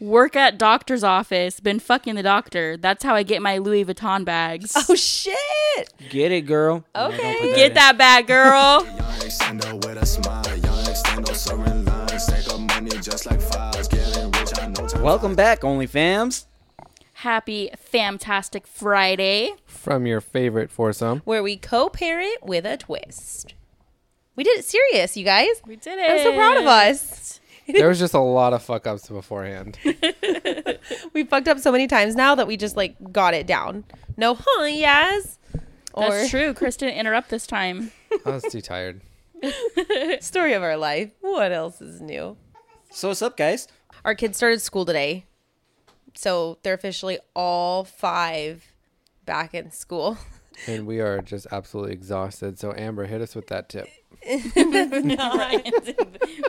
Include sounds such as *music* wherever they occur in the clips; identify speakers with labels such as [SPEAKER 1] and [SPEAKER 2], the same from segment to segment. [SPEAKER 1] work at doctor's office, been fucking the doctor. That's how I get my Louis Vuitton bags.
[SPEAKER 2] *laughs* Oh shit!
[SPEAKER 3] Get it, girl.
[SPEAKER 2] Okay.
[SPEAKER 1] Get that bag, girl. *laughs*
[SPEAKER 4] Young extendo with a smile. Young extendo serving lines. Take up money just like files. Getting rich, I know time
[SPEAKER 3] Welcome back, OnlyFams.
[SPEAKER 1] Happy Fantastic Friday.
[SPEAKER 5] From your favorite
[SPEAKER 2] *laughs*
[SPEAKER 5] foursome.
[SPEAKER 2] Where we co-pair it with a twist. We did it serious, you guys.
[SPEAKER 1] We did
[SPEAKER 2] I'm so proud of us.
[SPEAKER 5] There was just a lot of fuck ups beforehand.
[SPEAKER 2] We fucked up so many times now that we just like got it down. No, huh? Yes.
[SPEAKER 1] That's true. Chris didn't interrupt this time.
[SPEAKER 5] I was too tired.
[SPEAKER 2] Story of our life. What else is new?
[SPEAKER 3] So what's up, guys?
[SPEAKER 2] Our kids started school today, so they're officially all five back in school. *laughs*
[SPEAKER 5] And we are just absolutely exhausted. So, Amber, hit us with that tip.
[SPEAKER 1] *laughs*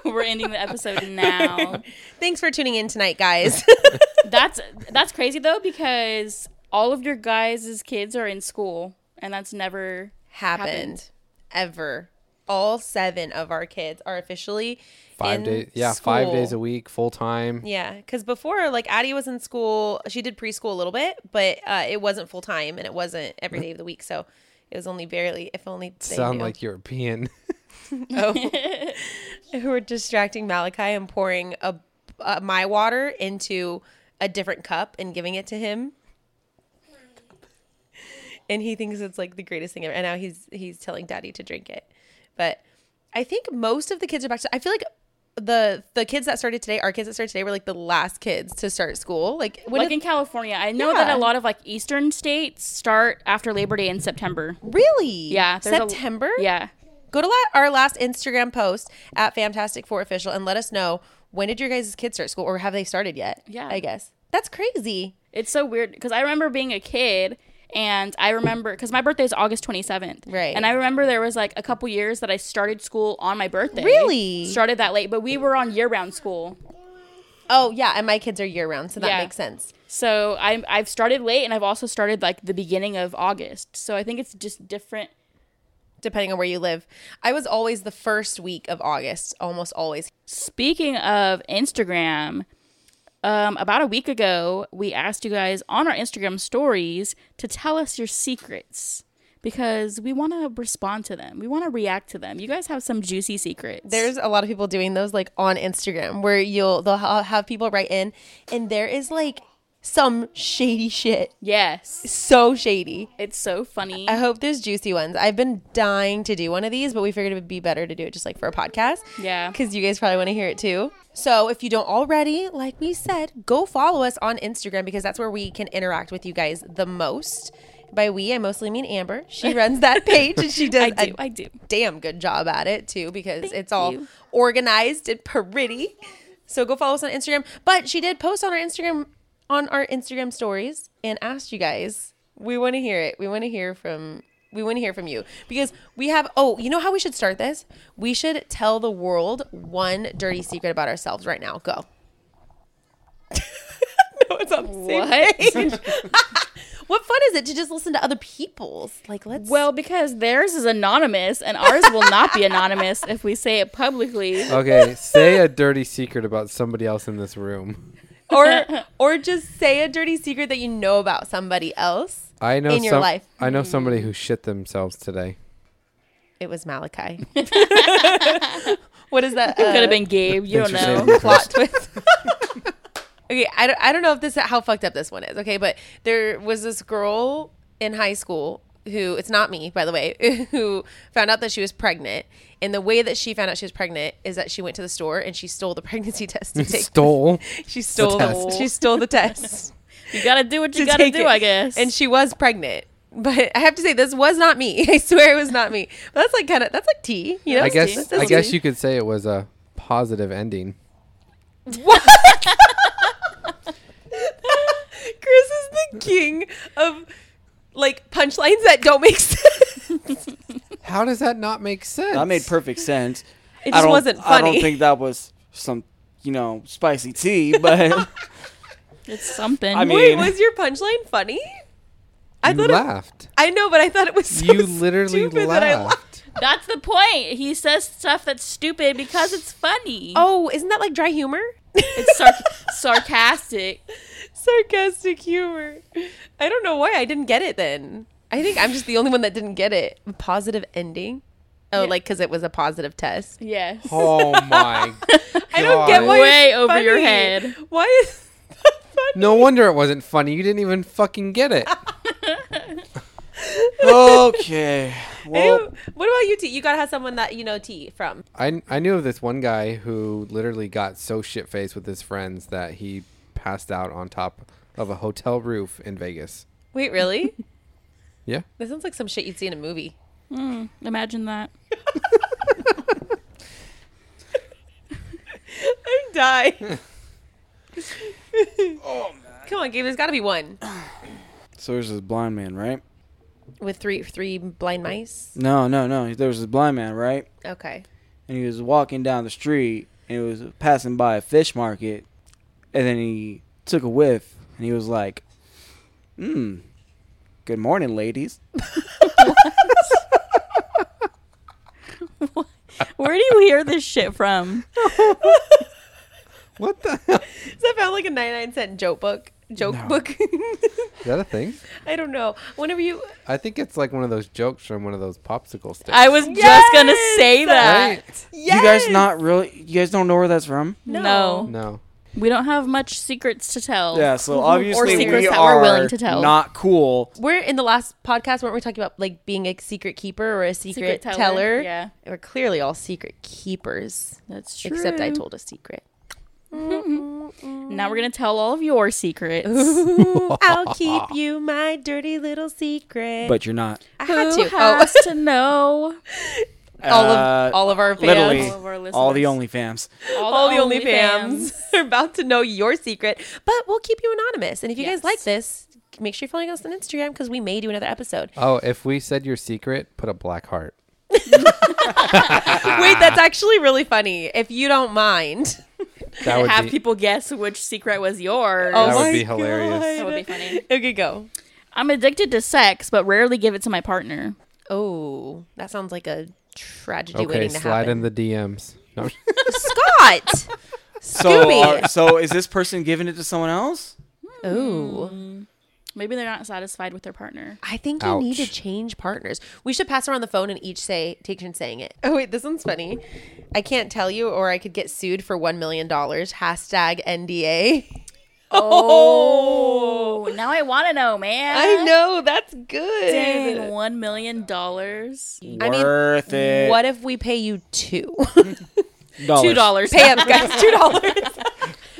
[SPEAKER 1] We're ending the episode now.
[SPEAKER 2] Thanks for tuning in tonight, guys. *laughs*
[SPEAKER 1] That's that's crazy though because all of your guys' kids are in school and that's never
[SPEAKER 2] happened,
[SPEAKER 1] Happened.
[SPEAKER 2] ever. All seven of our kids are officially
[SPEAKER 5] Five
[SPEAKER 2] in
[SPEAKER 5] days. Yeah, five days a
[SPEAKER 2] school.
[SPEAKER 5] week, full time.
[SPEAKER 2] Yeah, because before, like Addie was in school. She did preschool a little bit, but uh, it wasn't full time and it wasn't every day of the week. So it was only barely, if only. They
[SPEAKER 5] Sound
[SPEAKER 2] knew.
[SPEAKER 5] like European.
[SPEAKER 2] who were distracting Malachi and pouring a uh, my water into a different cup and giving it to him. And he thinks it's like the greatest thing ever. And now he's he's telling Daddy to drink it. But I think most of the kids are back to. I feel like the the kids that started today, our kids that started today, were like the last kids to start school. Like when
[SPEAKER 1] like
[SPEAKER 2] did-
[SPEAKER 1] in California. I know
[SPEAKER 2] Yeah.
[SPEAKER 1] that a lot of like eastern states start after Labor Day in September.
[SPEAKER 2] really,
[SPEAKER 1] Yeah, there's a-
[SPEAKER 2] September.
[SPEAKER 1] Yeah.
[SPEAKER 2] go to la- our last Instagram post at Fantastic Four Official and let us know when did your guys' kids start school or have they started yet?
[SPEAKER 1] Yeah.
[SPEAKER 2] I guess that's crazy.
[SPEAKER 1] It's so weird because I remember being a kid and I remember because my birthday is August 27th.
[SPEAKER 2] Right.
[SPEAKER 1] And I remember there was like a couple years that I started school on my birthday.
[SPEAKER 2] Really?
[SPEAKER 1] Started that late, but we were on year round school.
[SPEAKER 2] Oh yeah, and my kids are year round, so that
[SPEAKER 1] Yeah.
[SPEAKER 2] makes sense.
[SPEAKER 1] So I'm, I've started late and I've also started like the beginning of August. So I think it's just different.
[SPEAKER 2] Depending on where you live, I was always the first week of August, almost always.
[SPEAKER 1] Speaking of Instagram, um, about a week ago, we asked you guys on our Instagram stories to tell us your secrets because we want to respond to them. We want to react to them. You guys have some juicy secrets.
[SPEAKER 2] There's a lot of people doing those like on Instagram where you'll they'll ha- have people write in, and there is like some shady shit,
[SPEAKER 1] yes,
[SPEAKER 2] so shady.
[SPEAKER 1] it's so funny.
[SPEAKER 2] I hope there's juicy ones. I've been dying to do one of these, but we figured it would be better to do it just like for a podcast.
[SPEAKER 1] Yeah.
[SPEAKER 2] Because you guys probably want to hear it too. So if you don't already, like we said, go follow us on Instagram because that's where we can interact with you guys the most. By we, I mostly mean Amber. She
[SPEAKER 1] *laughs*
[SPEAKER 2] runs that page and she
[SPEAKER 1] I
[SPEAKER 2] does
[SPEAKER 1] do.
[SPEAKER 2] a
[SPEAKER 1] I do.
[SPEAKER 2] damn good job at it too because it's all
[SPEAKER 1] you.
[SPEAKER 2] organized and pretty. So go follow us on Instagram. But she did post on our Instagram on our Instagram stories and asked you guys. We want to hear it. We want to hear from we want to hear from you because we have oh, you know how we should start this? We should tell the world one dirty secret about ourselves right now. Go. *laughs* no, it's on the same
[SPEAKER 1] What?
[SPEAKER 2] page. what fun is it to just listen to other people's? Like
[SPEAKER 1] *laughs*
[SPEAKER 2] let's
[SPEAKER 1] Well, because theirs is anonymous and ours will not be anonymous if we say it publicly.
[SPEAKER 5] *laughs*
[SPEAKER 2] *laughs*
[SPEAKER 5] Okay, say a dirty secret about somebody else in this room.
[SPEAKER 2] or or just say a dirty secret that you know about somebody else.
[SPEAKER 5] I know
[SPEAKER 2] In your
[SPEAKER 5] some-
[SPEAKER 2] life.
[SPEAKER 5] I know somebody who shit themselves today.
[SPEAKER 2] It was Malachi. what is that? uh,
[SPEAKER 1] Could have been Gabe. You
[SPEAKER 5] Thanks
[SPEAKER 1] don't
[SPEAKER 5] for saving
[SPEAKER 1] know.
[SPEAKER 2] *laughs*
[SPEAKER 5] me,
[SPEAKER 2] plot
[SPEAKER 5] Chris. *laughs*
[SPEAKER 2] twist. okay, I don't, I don't know if this how fucked up this one is. Okay, but there was this girl in high school who it's not me by the way *laughs* who found out that she was pregnant and the way that she found out she was pregnant is that she went to the store and she stole the pregnancy *laughs* test to take
[SPEAKER 5] Stole.
[SPEAKER 2] she stole the,
[SPEAKER 5] test.
[SPEAKER 2] she stole the test
[SPEAKER 1] You gotta do what you
[SPEAKER 2] to
[SPEAKER 1] gotta
[SPEAKER 2] take
[SPEAKER 1] do,
[SPEAKER 2] it.
[SPEAKER 1] I guess.
[SPEAKER 2] And she was pregnant. But I have to say, this was not me. *laughs* I swear it was not me. But that's like kind of that's like tea, you know.
[SPEAKER 5] I
[SPEAKER 1] That's
[SPEAKER 5] guess. I
[SPEAKER 1] tea.
[SPEAKER 5] guess you could say it was a positive ending.
[SPEAKER 2] Chris is the king of like punchlines that don't make *laughs* sense.
[SPEAKER 5] *laughs* How does that not make sense?
[SPEAKER 3] That made perfect sense.
[SPEAKER 2] *laughs* It
[SPEAKER 3] I
[SPEAKER 2] just
[SPEAKER 3] don't,
[SPEAKER 2] wasn't
[SPEAKER 3] I
[SPEAKER 2] funny.
[SPEAKER 3] don't think that was some, you know,
[SPEAKER 2] *laughs*
[SPEAKER 3] spicy tea, but
[SPEAKER 1] it's something.
[SPEAKER 3] I mean-
[SPEAKER 2] Wait, was your punchline funny? I
[SPEAKER 5] You
[SPEAKER 2] thought it, *laughs*
[SPEAKER 5] laughed.
[SPEAKER 2] I know, but I thought it was so
[SPEAKER 5] you literally
[SPEAKER 2] stupid that I laughed.
[SPEAKER 5] laughed.
[SPEAKER 1] that's the point. He says stuff that's stupid because it's funny.
[SPEAKER 2] Oh, isn't that like dry humor?
[SPEAKER 1] It's sar- sarcastic.
[SPEAKER 2] sarcastic humor. I don't know why I didn't get it then. I think I'm just the only one that didn't get it. Positive ending. Oh,
[SPEAKER 1] Yeah.
[SPEAKER 2] like because it was a positive test.
[SPEAKER 1] Yes.
[SPEAKER 5] Oh my!
[SPEAKER 2] I don't get
[SPEAKER 5] God.
[SPEAKER 2] why it's
[SPEAKER 1] Way over your
[SPEAKER 2] funny.
[SPEAKER 1] head.
[SPEAKER 2] Why is that funny?
[SPEAKER 5] No wonder it wasn't funny. You didn't even fucking get it. *laughs*
[SPEAKER 3] okay. Well,
[SPEAKER 2] Ew. what about you, T? You gotta have someone that you know T from.
[SPEAKER 5] I I knew of this one guy who literally got so shit faced with his friends that he passed out on top of a hotel roof in Vegas.
[SPEAKER 2] Wait, *laughs* really?
[SPEAKER 5] Yeah.
[SPEAKER 2] this sounds like some shit you'd see in a movie.
[SPEAKER 1] Hmm, Imagine that.
[SPEAKER 2] *laughs* I'm dying. *laughs* oh Come on, Gabe. There's gotta be one
[SPEAKER 3] so there's this blind man, right?
[SPEAKER 2] with three three blind mice.
[SPEAKER 3] No, no, no. There was this blind man, right?
[SPEAKER 2] Okay.
[SPEAKER 3] And he was walking down the street and he was passing by a fish market. And then he took a whiff and he was like, hmm, good morning, ladies.
[SPEAKER 1] Where do you hear this shit from?
[SPEAKER 5] What the hell?
[SPEAKER 2] Does that sound like a 99 cent joke book? Joke *laughs* book.
[SPEAKER 5] *laughs* Is that a thing?
[SPEAKER 2] *laughs* I don't know. Whenever you
[SPEAKER 5] I think it's like one of those jokes from one of those popsicle sticks.
[SPEAKER 1] I was just going to say that.
[SPEAKER 5] right?
[SPEAKER 2] yes!
[SPEAKER 3] You guys not really, you guys don't know where that's from?
[SPEAKER 1] No.
[SPEAKER 5] No.
[SPEAKER 1] We don't have much secrets to tell.
[SPEAKER 3] Yeah, so obviously
[SPEAKER 1] Mm-hmm. secrets
[SPEAKER 3] we
[SPEAKER 1] that
[SPEAKER 3] are
[SPEAKER 1] we're willing to tell.
[SPEAKER 3] not cool.
[SPEAKER 2] We're in the last podcast weren't we talking about like being a secret keeper or a secret,
[SPEAKER 1] Secret
[SPEAKER 2] teller?
[SPEAKER 1] teller, yeah.
[SPEAKER 2] We're clearly all secret keepers.
[SPEAKER 1] That's true.
[SPEAKER 2] Except I told a secret.
[SPEAKER 1] Now we're going to tell all of your *laughs* secrets.
[SPEAKER 2] *laughs* Ooh, I'll keep *laughs* you my dirty little secret.
[SPEAKER 3] But you're not.
[SPEAKER 2] I had
[SPEAKER 1] Who
[SPEAKER 2] to. *laughs*
[SPEAKER 1] has to Oh. *laughs* know?
[SPEAKER 2] Oh, all
[SPEAKER 3] Uh,
[SPEAKER 2] of all of our fans,
[SPEAKER 3] Literally,
[SPEAKER 1] All of our
[SPEAKER 3] all the
[SPEAKER 1] listeners.
[SPEAKER 3] OnlyFams.
[SPEAKER 2] all the only fans *laughs* are about to know your secret. But we'll keep you anonymous. And if you guys
[SPEAKER 1] Yes.
[SPEAKER 2] like this, make sure you're following us on Instagram because we may do another episode.
[SPEAKER 5] Oh, if we said your secret, put a black heart.
[SPEAKER 2] *laughs* Wait, that's
[SPEAKER 5] Ah.
[SPEAKER 2] actually really funny. If you don't mind.
[SPEAKER 5] That
[SPEAKER 1] have
[SPEAKER 5] would be,
[SPEAKER 1] people guess which secret was yours.
[SPEAKER 2] Oh
[SPEAKER 5] that
[SPEAKER 2] my
[SPEAKER 5] would be hilarious.
[SPEAKER 1] that would be funny.
[SPEAKER 2] Okay, go.
[SPEAKER 1] I'm addicted to sex, but rarely give it to my partner.
[SPEAKER 2] Oh, that sounds like a tragedy
[SPEAKER 5] Okay,
[SPEAKER 2] waiting to
[SPEAKER 5] slide
[SPEAKER 2] happen.
[SPEAKER 5] in the DMs.
[SPEAKER 2] *laughs*
[SPEAKER 5] No.
[SPEAKER 2] Scott.
[SPEAKER 3] So,
[SPEAKER 2] Scooby.
[SPEAKER 3] are- so is this person giving it to someone else?
[SPEAKER 5] uh,
[SPEAKER 2] oh,
[SPEAKER 1] Maybe they're not satisfied with their partner.
[SPEAKER 2] I think you need to
[SPEAKER 5] Ouch.
[SPEAKER 2] change partners. We should pass around the phone and each say take turns saying it. Oh wait, this one's funny. I can't tell you, or I could get sued for one million dollars. Hashtag NDA. *laughs* Oh,
[SPEAKER 1] Oh, now I want to know, man.
[SPEAKER 2] I know that's good.
[SPEAKER 1] Dang, one million dollars.
[SPEAKER 2] I mean,
[SPEAKER 3] Worth it.
[SPEAKER 2] What if we pay you two? *laughs*
[SPEAKER 1] Two dollars.
[SPEAKER 2] pay
[SPEAKER 1] *laughs*
[SPEAKER 2] up, guys. Two *laughs* dollars.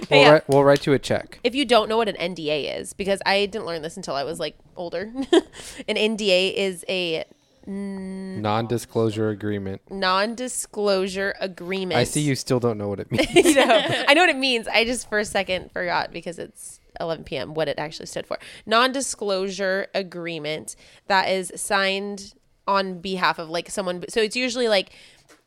[SPEAKER 5] We'll,
[SPEAKER 2] Yeah.
[SPEAKER 5] write, we'll write you a check.
[SPEAKER 2] if you don't know what an NDA is, because I didn't learn this until I was like older, *laughs* an NDA is a
[SPEAKER 5] Non disclosure agreement.
[SPEAKER 2] non-disclosure agreement.
[SPEAKER 5] I see you still don't know what it *laughs*
[SPEAKER 2] *laughs*
[SPEAKER 5] means.
[SPEAKER 2] So, I know what it means. I just for a second forgot because it's 11 p.m. what it actually stood for. Non-disclosure agreement that is signed on behalf of like someone. So it's usually like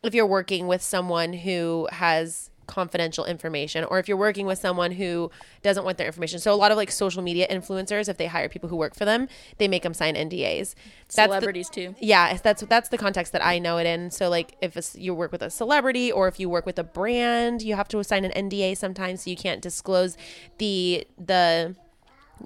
[SPEAKER 2] if you're working with someone who has confidential information or if you're working with someone who doesn't want their information. So a lot of like social media influencers if they hire people who work for them, they make them sign NDAs. That's the-
[SPEAKER 1] Celebrities too.
[SPEAKER 2] yeah it's- that's that's the context that i know it in so like if it's- you work with a celebrity or if you work with a brand you have to sign an nda sometimes so you can't disclose the the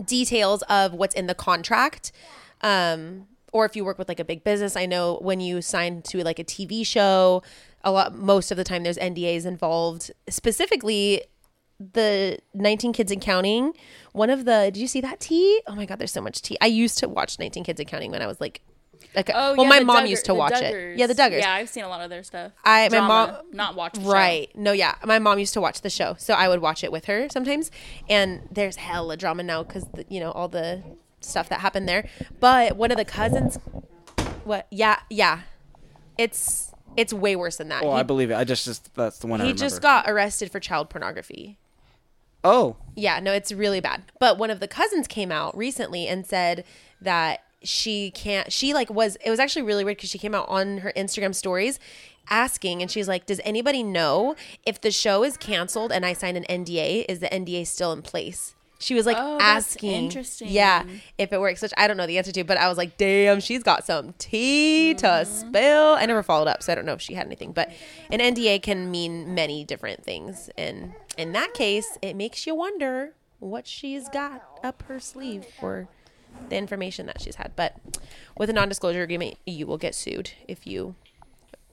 [SPEAKER 2] details of what's in the contract um or if you work with like a big business i know when you sign to like a tv show a lot most of the time there's ndas involved specifically the 19 Kids and Counting. One of the did you see that tea? Oh my god, there's so much tea. I used to watch 19 Kids and Counting when I was like like
[SPEAKER 1] Oh,
[SPEAKER 2] well
[SPEAKER 1] yeah,
[SPEAKER 2] my
[SPEAKER 1] the
[SPEAKER 2] mom
[SPEAKER 1] Duggar-
[SPEAKER 2] used to
[SPEAKER 1] the
[SPEAKER 2] watch
[SPEAKER 1] Duggars.
[SPEAKER 2] it. Yeah, the Duggars.
[SPEAKER 1] Yeah, I've seen a lot of their stuff.
[SPEAKER 2] I- my
[SPEAKER 1] Drama,
[SPEAKER 2] mom-
[SPEAKER 1] not watched.
[SPEAKER 2] Right. No, yeah. My mom used to watch the show, so I would watch it with her sometimes. And there's hella drama now because you know all the stuff that happened there. But one of the cousins, what? Yeah, yeah. It's it's way worse than that.
[SPEAKER 3] Oh,
[SPEAKER 2] he
[SPEAKER 3] I believe it. I just, just that's the one I
[SPEAKER 2] he
[SPEAKER 3] remember.
[SPEAKER 2] just got arrested for child pornography.
[SPEAKER 3] Oh,
[SPEAKER 2] Yeah, no, it's really bad. But one of the cousins came out recently and said that she can't, she like was, it was actually really weird because she came out on her Instagram stories asking and she's like, Does anybody know if the show is canceled and I sign an NDA, is the NDA still in place? She was like
[SPEAKER 1] Oh, that's
[SPEAKER 2] asking,
[SPEAKER 1] interesting.
[SPEAKER 2] yeah, if it works, which I don't know the answer to, but I was like, damn, she's got some tea to spill. I never followed up, so I don't know if she had anything. But an NDA can mean many different things, and in that case, it makes you wonder what she's got up her sleeve or the information that she's had. But with a non-disclosure agreement, you will get sued if you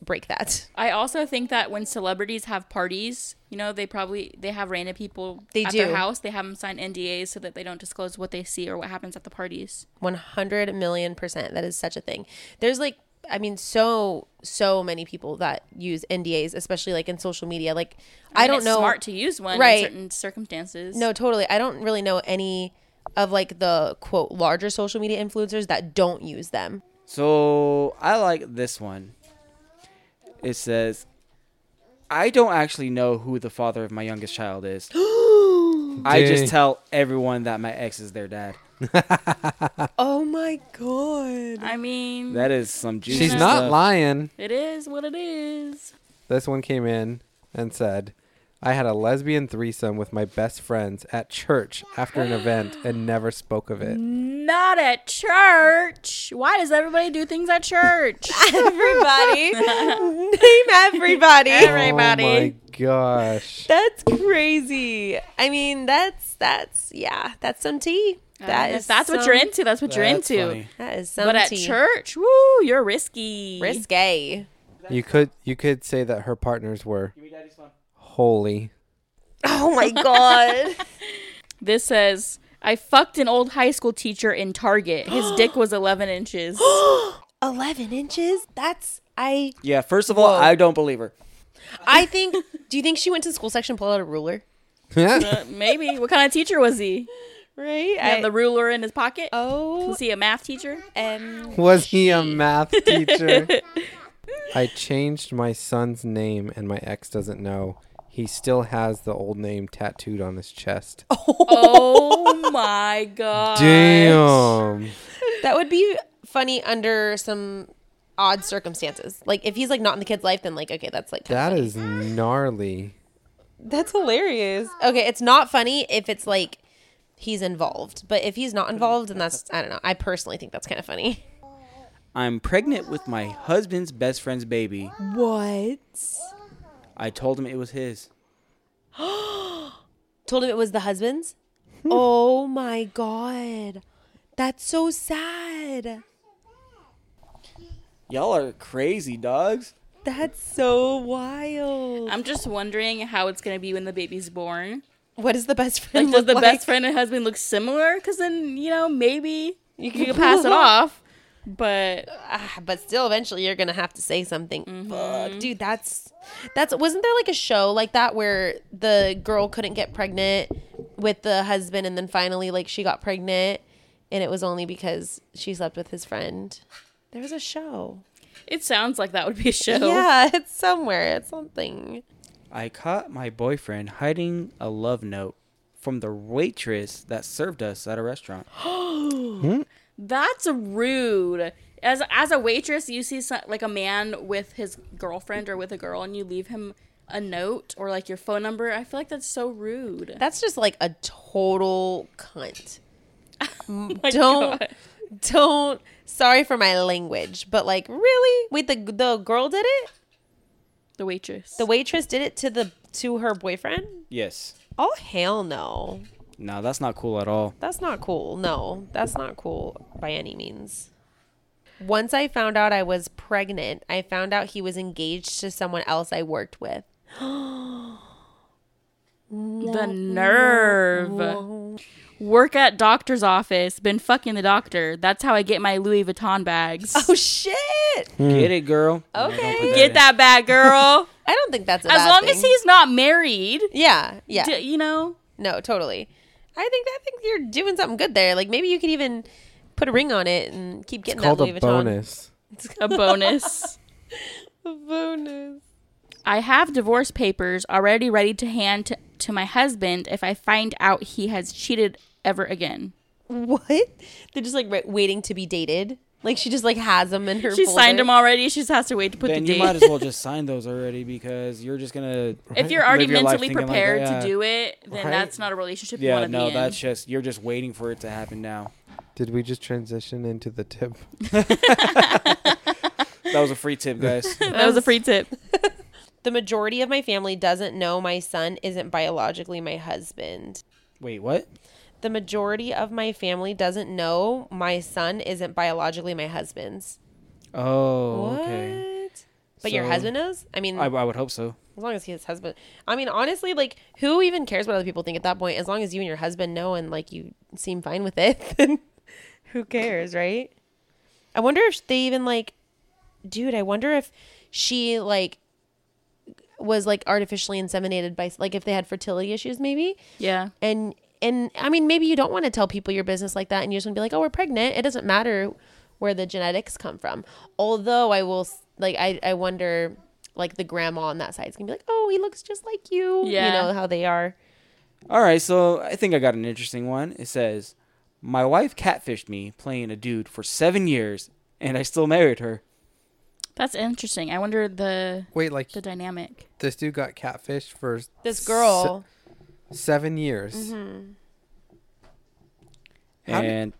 [SPEAKER 2] break that.
[SPEAKER 1] I also think that when celebrities have parties, you know, they probably they have random people
[SPEAKER 2] They
[SPEAKER 1] at
[SPEAKER 2] do.
[SPEAKER 1] their house. They have them sign NDAs so that they don't disclose what they see or what happens at the parties.
[SPEAKER 2] 100 million percent that is such a thing there's like i mean so so many people that use ndas especially like in social media like i,
[SPEAKER 1] mean,
[SPEAKER 2] don't
[SPEAKER 1] it's
[SPEAKER 2] know
[SPEAKER 1] Smart to use one
[SPEAKER 2] Right.
[SPEAKER 1] in certain circumstances.
[SPEAKER 2] no totally i don't really know any of like the quote larger social media influencers that don't use them *laughs*
[SPEAKER 3] So I like this one. It says, I don't actually know who the father of my youngest child
[SPEAKER 1] *gasps*
[SPEAKER 3] is. I
[SPEAKER 5] Dang.
[SPEAKER 3] just tell everyone that my ex is their dad.
[SPEAKER 2] oh my god
[SPEAKER 1] I mean
[SPEAKER 3] That is some juicy
[SPEAKER 5] She's not
[SPEAKER 3] stuff.
[SPEAKER 5] lying.
[SPEAKER 1] it is what it is.
[SPEAKER 5] This one came in and said, I had a lesbian threesome with my best friends at church after an event and never spoke of it.
[SPEAKER 1] Not at church. Why does everybody do things at church? *laughs*
[SPEAKER 2] everybody name *gasps* everybody
[SPEAKER 1] Everybody.
[SPEAKER 5] Oh my gosh.
[SPEAKER 2] that's crazy i mean that's that's yeah that's some tea *laughs* That is
[SPEAKER 1] if that's what you're
[SPEAKER 2] some-
[SPEAKER 1] into, that's what you're
[SPEAKER 3] That's
[SPEAKER 1] into.
[SPEAKER 3] funny.
[SPEAKER 2] that is some
[SPEAKER 1] But at
[SPEAKER 2] tea.
[SPEAKER 1] church, woo, you're risky. *laughs*
[SPEAKER 2] risque
[SPEAKER 5] You could you could say that her partners were holy. *laughs*
[SPEAKER 2] Oh my god.
[SPEAKER 1] This says, I fucked an old high school teacher in Target.
[SPEAKER 2] *gasps*
[SPEAKER 1] His dick was 11 inches.
[SPEAKER 2] 11 inches? That's I
[SPEAKER 3] Yeah, first of all, I don't believe her.
[SPEAKER 2] *laughs* I think do you think she went to the school section and pulled out a ruler?
[SPEAKER 5] Yeah.
[SPEAKER 1] Uh, Maybe. What kind of teacher was he?
[SPEAKER 2] Right?
[SPEAKER 1] He had the ruler in his pocket?
[SPEAKER 2] *laughs* oh
[SPEAKER 1] Was he a math
[SPEAKER 2] *laughs*
[SPEAKER 1] teacher?
[SPEAKER 2] and
[SPEAKER 5] Was
[SPEAKER 2] *laughs*
[SPEAKER 5] he a math teacher? I changed my son's name and my ex doesn't know. He still has the old name tattooed on his chest.
[SPEAKER 1] Oh my god.
[SPEAKER 5] Damn.
[SPEAKER 2] that would be funny under some odd circumstances. Like if he's like not in the kid's life, then like okay, that's like kinda
[SPEAKER 5] That
[SPEAKER 2] funny.
[SPEAKER 5] is gnarly.
[SPEAKER 2] that's hilarious. Okay, it's not funny if it's like he's involved, but if he's not involved, then that's I don't know. I personally think that's kind of funny.
[SPEAKER 3] I'm pregnant with my husband's best friend's baby.
[SPEAKER 2] What?
[SPEAKER 3] I told him it was his.
[SPEAKER 2] Told him it was the husband's. oh my god, that's so sad.
[SPEAKER 3] Y'all are crazy, dogs.
[SPEAKER 2] That's so wild.
[SPEAKER 1] I'm just wondering how it's going to be when the baby's born.
[SPEAKER 2] What is the best friend?
[SPEAKER 1] Like, does
[SPEAKER 2] look
[SPEAKER 1] the
[SPEAKER 2] like?
[SPEAKER 1] best friend and husband look similar? Because then, you know, maybe you
[SPEAKER 2] *laughs*
[SPEAKER 1] can pass it off. But
[SPEAKER 2] Ah, but still, eventually, you're gonna have to say something. Fuck, dude, that's that's. Wasn't there like a show like that where the girl couldn't get pregnant with the husband, and then finally, like, she got pregnant, and it was only because she slept with his friend. There was a show.
[SPEAKER 1] it sounds like that would be a show.
[SPEAKER 2] Yeah, it's somewhere. It's something.
[SPEAKER 3] I caught my boyfriend hiding a love note from the waitress that served us at a restaurant.
[SPEAKER 1] That's rude. As as a waitress, you see some, like a man with his girlfriend or with a girl, and you leave him a note or like your phone number. I feel like that's so rude.
[SPEAKER 2] *laughs* That's just like a total cunt. *laughs* Oh
[SPEAKER 1] My
[SPEAKER 2] don't
[SPEAKER 1] God.
[SPEAKER 2] don't sorry for my language but like really wait the the girl did it
[SPEAKER 1] the waitress.
[SPEAKER 2] the waitress did it to the to her boyfriend
[SPEAKER 3] Yes.
[SPEAKER 2] oh hell no
[SPEAKER 3] No, that's not cool at all.
[SPEAKER 2] that's not cool no that's not cool by any means once i found out i was pregnant i found out he was engaged to someone else i worked with *laughs*
[SPEAKER 1] the nerve. Work at doctor's office. Been fucking the doctor. That's how I get my Louis Vuitton
[SPEAKER 2] *laughs*
[SPEAKER 1] bags.
[SPEAKER 2] oh shit
[SPEAKER 3] Get it, girl. No, don't
[SPEAKER 2] Okay.
[SPEAKER 3] put
[SPEAKER 1] get
[SPEAKER 3] in.
[SPEAKER 1] that bag, girl.
[SPEAKER 2] i don't think that's a
[SPEAKER 1] as
[SPEAKER 2] bad
[SPEAKER 1] long
[SPEAKER 2] thing.
[SPEAKER 1] as he's not married,
[SPEAKER 2] yeah yeah
[SPEAKER 1] d- you know.
[SPEAKER 2] No, totally. I think I think you're doing something good there. Like maybe you could even put a ring on it and keep getting
[SPEAKER 5] Called
[SPEAKER 2] that Louis
[SPEAKER 5] a
[SPEAKER 2] Vuitton.
[SPEAKER 5] bonus.
[SPEAKER 1] A bonus.
[SPEAKER 2] A bonus.
[SPEAKER 1] *laughs* I have divorce papers already ready to hand to, to my husband if I find out he has cheated ever again.
[SPEAKER 2] What? They're just like right, waiting to be dated. Like she just like has them in her.
[SPEAKER 1] She signed
[SPEAKER 2] folder.
[SPEAKER 1] them already. She just has to wait to put
[SPEAKER 3] then
[SPEAKER 1] the
[SPEAKER 3] you
[SPEAKER 1] date.
[SPEAKER 3] might as well just sign those already because you're just gonna.
[SPEAKER 1] if you're already
[SPEAKER 3] *laughs* live your life
[SPEAKER 1] mentally
[SPEAKER 3] thinking like,
[SPEAKER 1] prepared
[SPEAKER 3] yeah.
[SPEAKER 1] to do it, then
[SPEAKER 5] Right.
[SPEAKER 1] that's not a relationship you
[SPEAKER 3] Yeah,
[SPEAKER 1] want to be
[SPEAKER 3] no,
[SPEAKER 1] in.
[SPEAKER 3] that's just you're just waiting for it to happen now.
[SPEAKER 5] Did we just transition into
[SPEAKER 2] *laughs*
[SPEAKER 5] the tip?
[SPEAKER 3] That was a free tip,
[SPEAKER 1] *laughs*
[SPEAKER 3] guys.
[SPEAKER 1] that was a free tip.
[SPEAKER 2] The majority of my family doesn't know my son isn't biologically my husband.
[SPEAKER 3] Wait, what?
[SPEAKER 2] The majority of my family doesn't know my son isn't biologically my husband's.
[SPEAKER 3] Oh, okay.
[SPEAKER 2] What? But your
[SPEAKER 3] So-
[SPEAKER 2] husband knows? I mean,
[SPEAKER 3] I, I would hope so.
[SPEAKER 2] as long as he's his husband. I mean, honestly, like, who even cares what other people think at that point? As long as you and your husband know and, like, you seem fine with it, *laughs* then who cares, right? I wonder if they even, like, dude, I wonder if she, like, was, like, artificially inseminated by, like, if they had fertility issues, maybe?
[SPEAKER 1] Yeah.
[SPEAKER 2] and and I mean maybe you don't want to tell people your business like that and you're just gonna be like oh we're pregnant it doesn't matter where the genetics come from although I will s- like I I wonder like the grandma on that side's gonna be like oh he looks just like you you
[SPEAKER 1] Yeah.
[SPEAKER 2] know how they are
[SPEAKER 3] All right, so I think I got an interesting one. It says, "My wife catfished me playing a dude for seven years, and I still married her."
[SPEAKER 1] That's interesting. I wonder the
[SPEAKER 5] Wait, like
[SPEAKER 1] the dynamic.
[SPEAKER 5] this dude got catfished for s-
[SPEAKER 2] this girl Mm-hmm.
[SPEAKER 5] seven years. How did-
[SPEAKER 3] And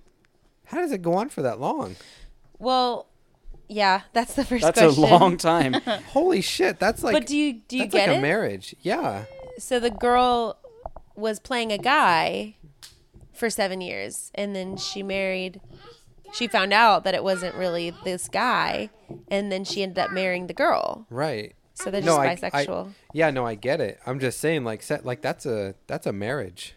[SPEAKER 5] How does it go on for that long?
[SPEAKER 2] well yeah that's the first
[SPEAKER 3] that's a
[SPEAKER 2] question
[SPEAKER 3] long time.
[SPEAKER 5] Holy shit, that's like
[SPEAKER 2] but do you do you
[SPEAKER 5] that's
[SPEAKER 2] get
[SPEAKER 5] like
[SPEAKER 2] it
[SPEAKER 5] a marriage. Yeah.
[SPEAKER 2] so the girl was playing a guy for seven years and then she married she found out that it wasn't really this guy and then she ended up marrying the girl
[SPEAKER 5] Right.
[SPEAKER 2] so they're just
[SPEAKER 5] No, I, I-
[SPEAKER 2] bisexual
[SPEAKER 5] yeah, no, I get it. I'm just saying, like, set, like that's a that's a marriage.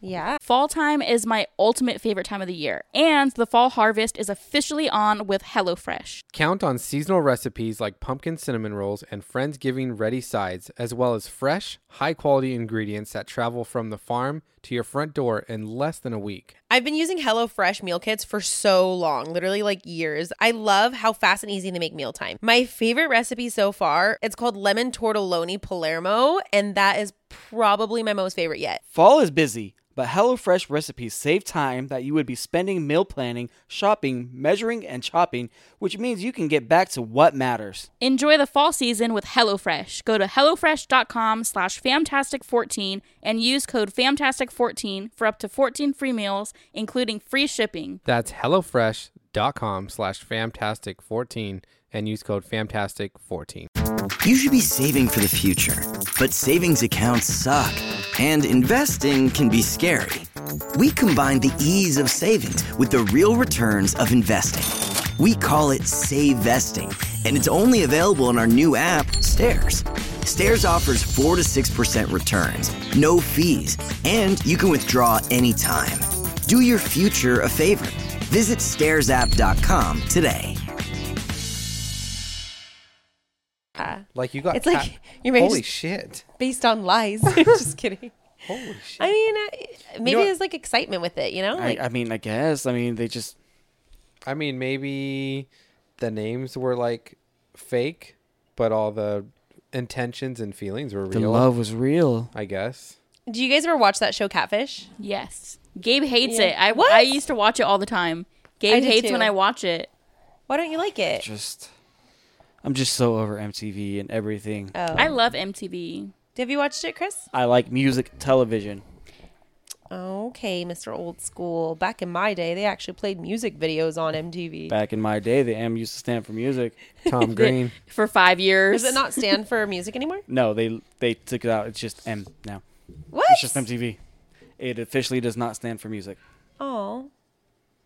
[SPEAKER 2] yeah
[SPEAKER 1] Fall time is my ultimate favorite time of the year, and the fall harvest is officially on with HelloFresh.
[SPEAKER 5] Count on seasonal recipes like pumpkin cinnamon rolls and Friendsgiving ready sides, as well as fresh, high quality ingredients that travel from the farm to your front door in less than a week.
[SPEAKER 2] i've been using HelloFresh meal kits for so long literally like years i love how fast and easy they make mealtime my favorite recipe so far it's called lemon tortelloni palermo and that is probably my most favorite yet
[SPEAKER 3] Fall is busy, but HelloFresh recipes save time that you would be spending meal planning, shopping, measuring, and chopping, which means you can get back to what matters.
[SPEAKER 1] Enjoy the fall season with HelloFresh. Go to HelloFresh.com slash Famtastic14 and use code Famtastic14 for up to 14 free meals, including free shipping.
[SPEAKER 5] That's HelloFresh.com slash Fantastic14 and use code Fantastic14.
[SPEAKER 6] You should be saving for the future, but savings accounts suck, and investing can be scary. We combine the ease of savings with the real returns of investing. We call it Save Vesting, and it's only available in our new app, Stairs. Stairs offers 4 to 6% returns, no fees, and you can withdraw anytime. Do your future a favor. Visit stairsapp.com today.
[SPEAKER 5] Like you got
[SPEAKER 2] It's *laughs*
[SPEAKER 5] cat-
[SPEAKER 2] like your marriage
[SPEAKER 5] Holy
[SPEAKER 2] is-
[SPEAKER 5] shit.
[SPEAKER 2] based on lies *laughs*
[SPEAKER 5] *laughs*
[SPEAKER 2] just kidding
[SPEAKER 5] Holy shit.
[SPEAKER 2] I mean, uh, maybe
[SPEAKER 5] know what-
[SPEAKER 2] there's like excitement with it, you know? Like,
[SPEAKER 3] I, I mean, I guess. I mean, they just
[SPEAKER 5] I mean, maybe the names were like fake, but all the intentions and feelings were
[SPEAKER 3] the
[SPEAKER 5] real.
[SPEAKER 3] love was real.
[SPEAKER 5] I guess.
[SPEAKER 2] do you guys ever watch that show Catfish?
[SPEAKER 1] Yes. Gabe hates
[SPEAKER 2] Yeah.
[SPEAKER 1] it. I,
[SPEAKER 2] What?
[SPEAKER 1] I used to watch it all the time.
[SPEAKER 2] I
[SPEAKER 1] Gabe
[SPEAKER 2] did
[SPEAKER 1] hates
[SPEAKER 2] too.
[SPEAKER 1] when I watch it.
[SPEAKER 2] Why don't you like it?
[SPEAKER 3] Just, I'm just so over MTV and everything.
[SPEAKER 2] Oh,
[SPEAKER 1] I love MTV.
[SPEAKER 2] have you watched it, Chris?
[SPEAKER 3] I like music, television.
[SPEAKER 2] Okay, Mr. Old School. Back in my day, they actually played music videos on MTV.
[SPEAKER 3] Back in my day, the M used to stand for music.
[SPEAKER 2] *laughs*
[SPEAKER 5] Tom Green.
[SPEAKER 1] For five years.
[SPEAKER 2] Does it not stand for music anymore?
[SPEAKER 3] No, they they took it out. It's just M now.
[SPEAKER 2] What?
[SPEAKER 3] It's just MTV. It officially does not stand for music.
[SPEAKER 2] Oh,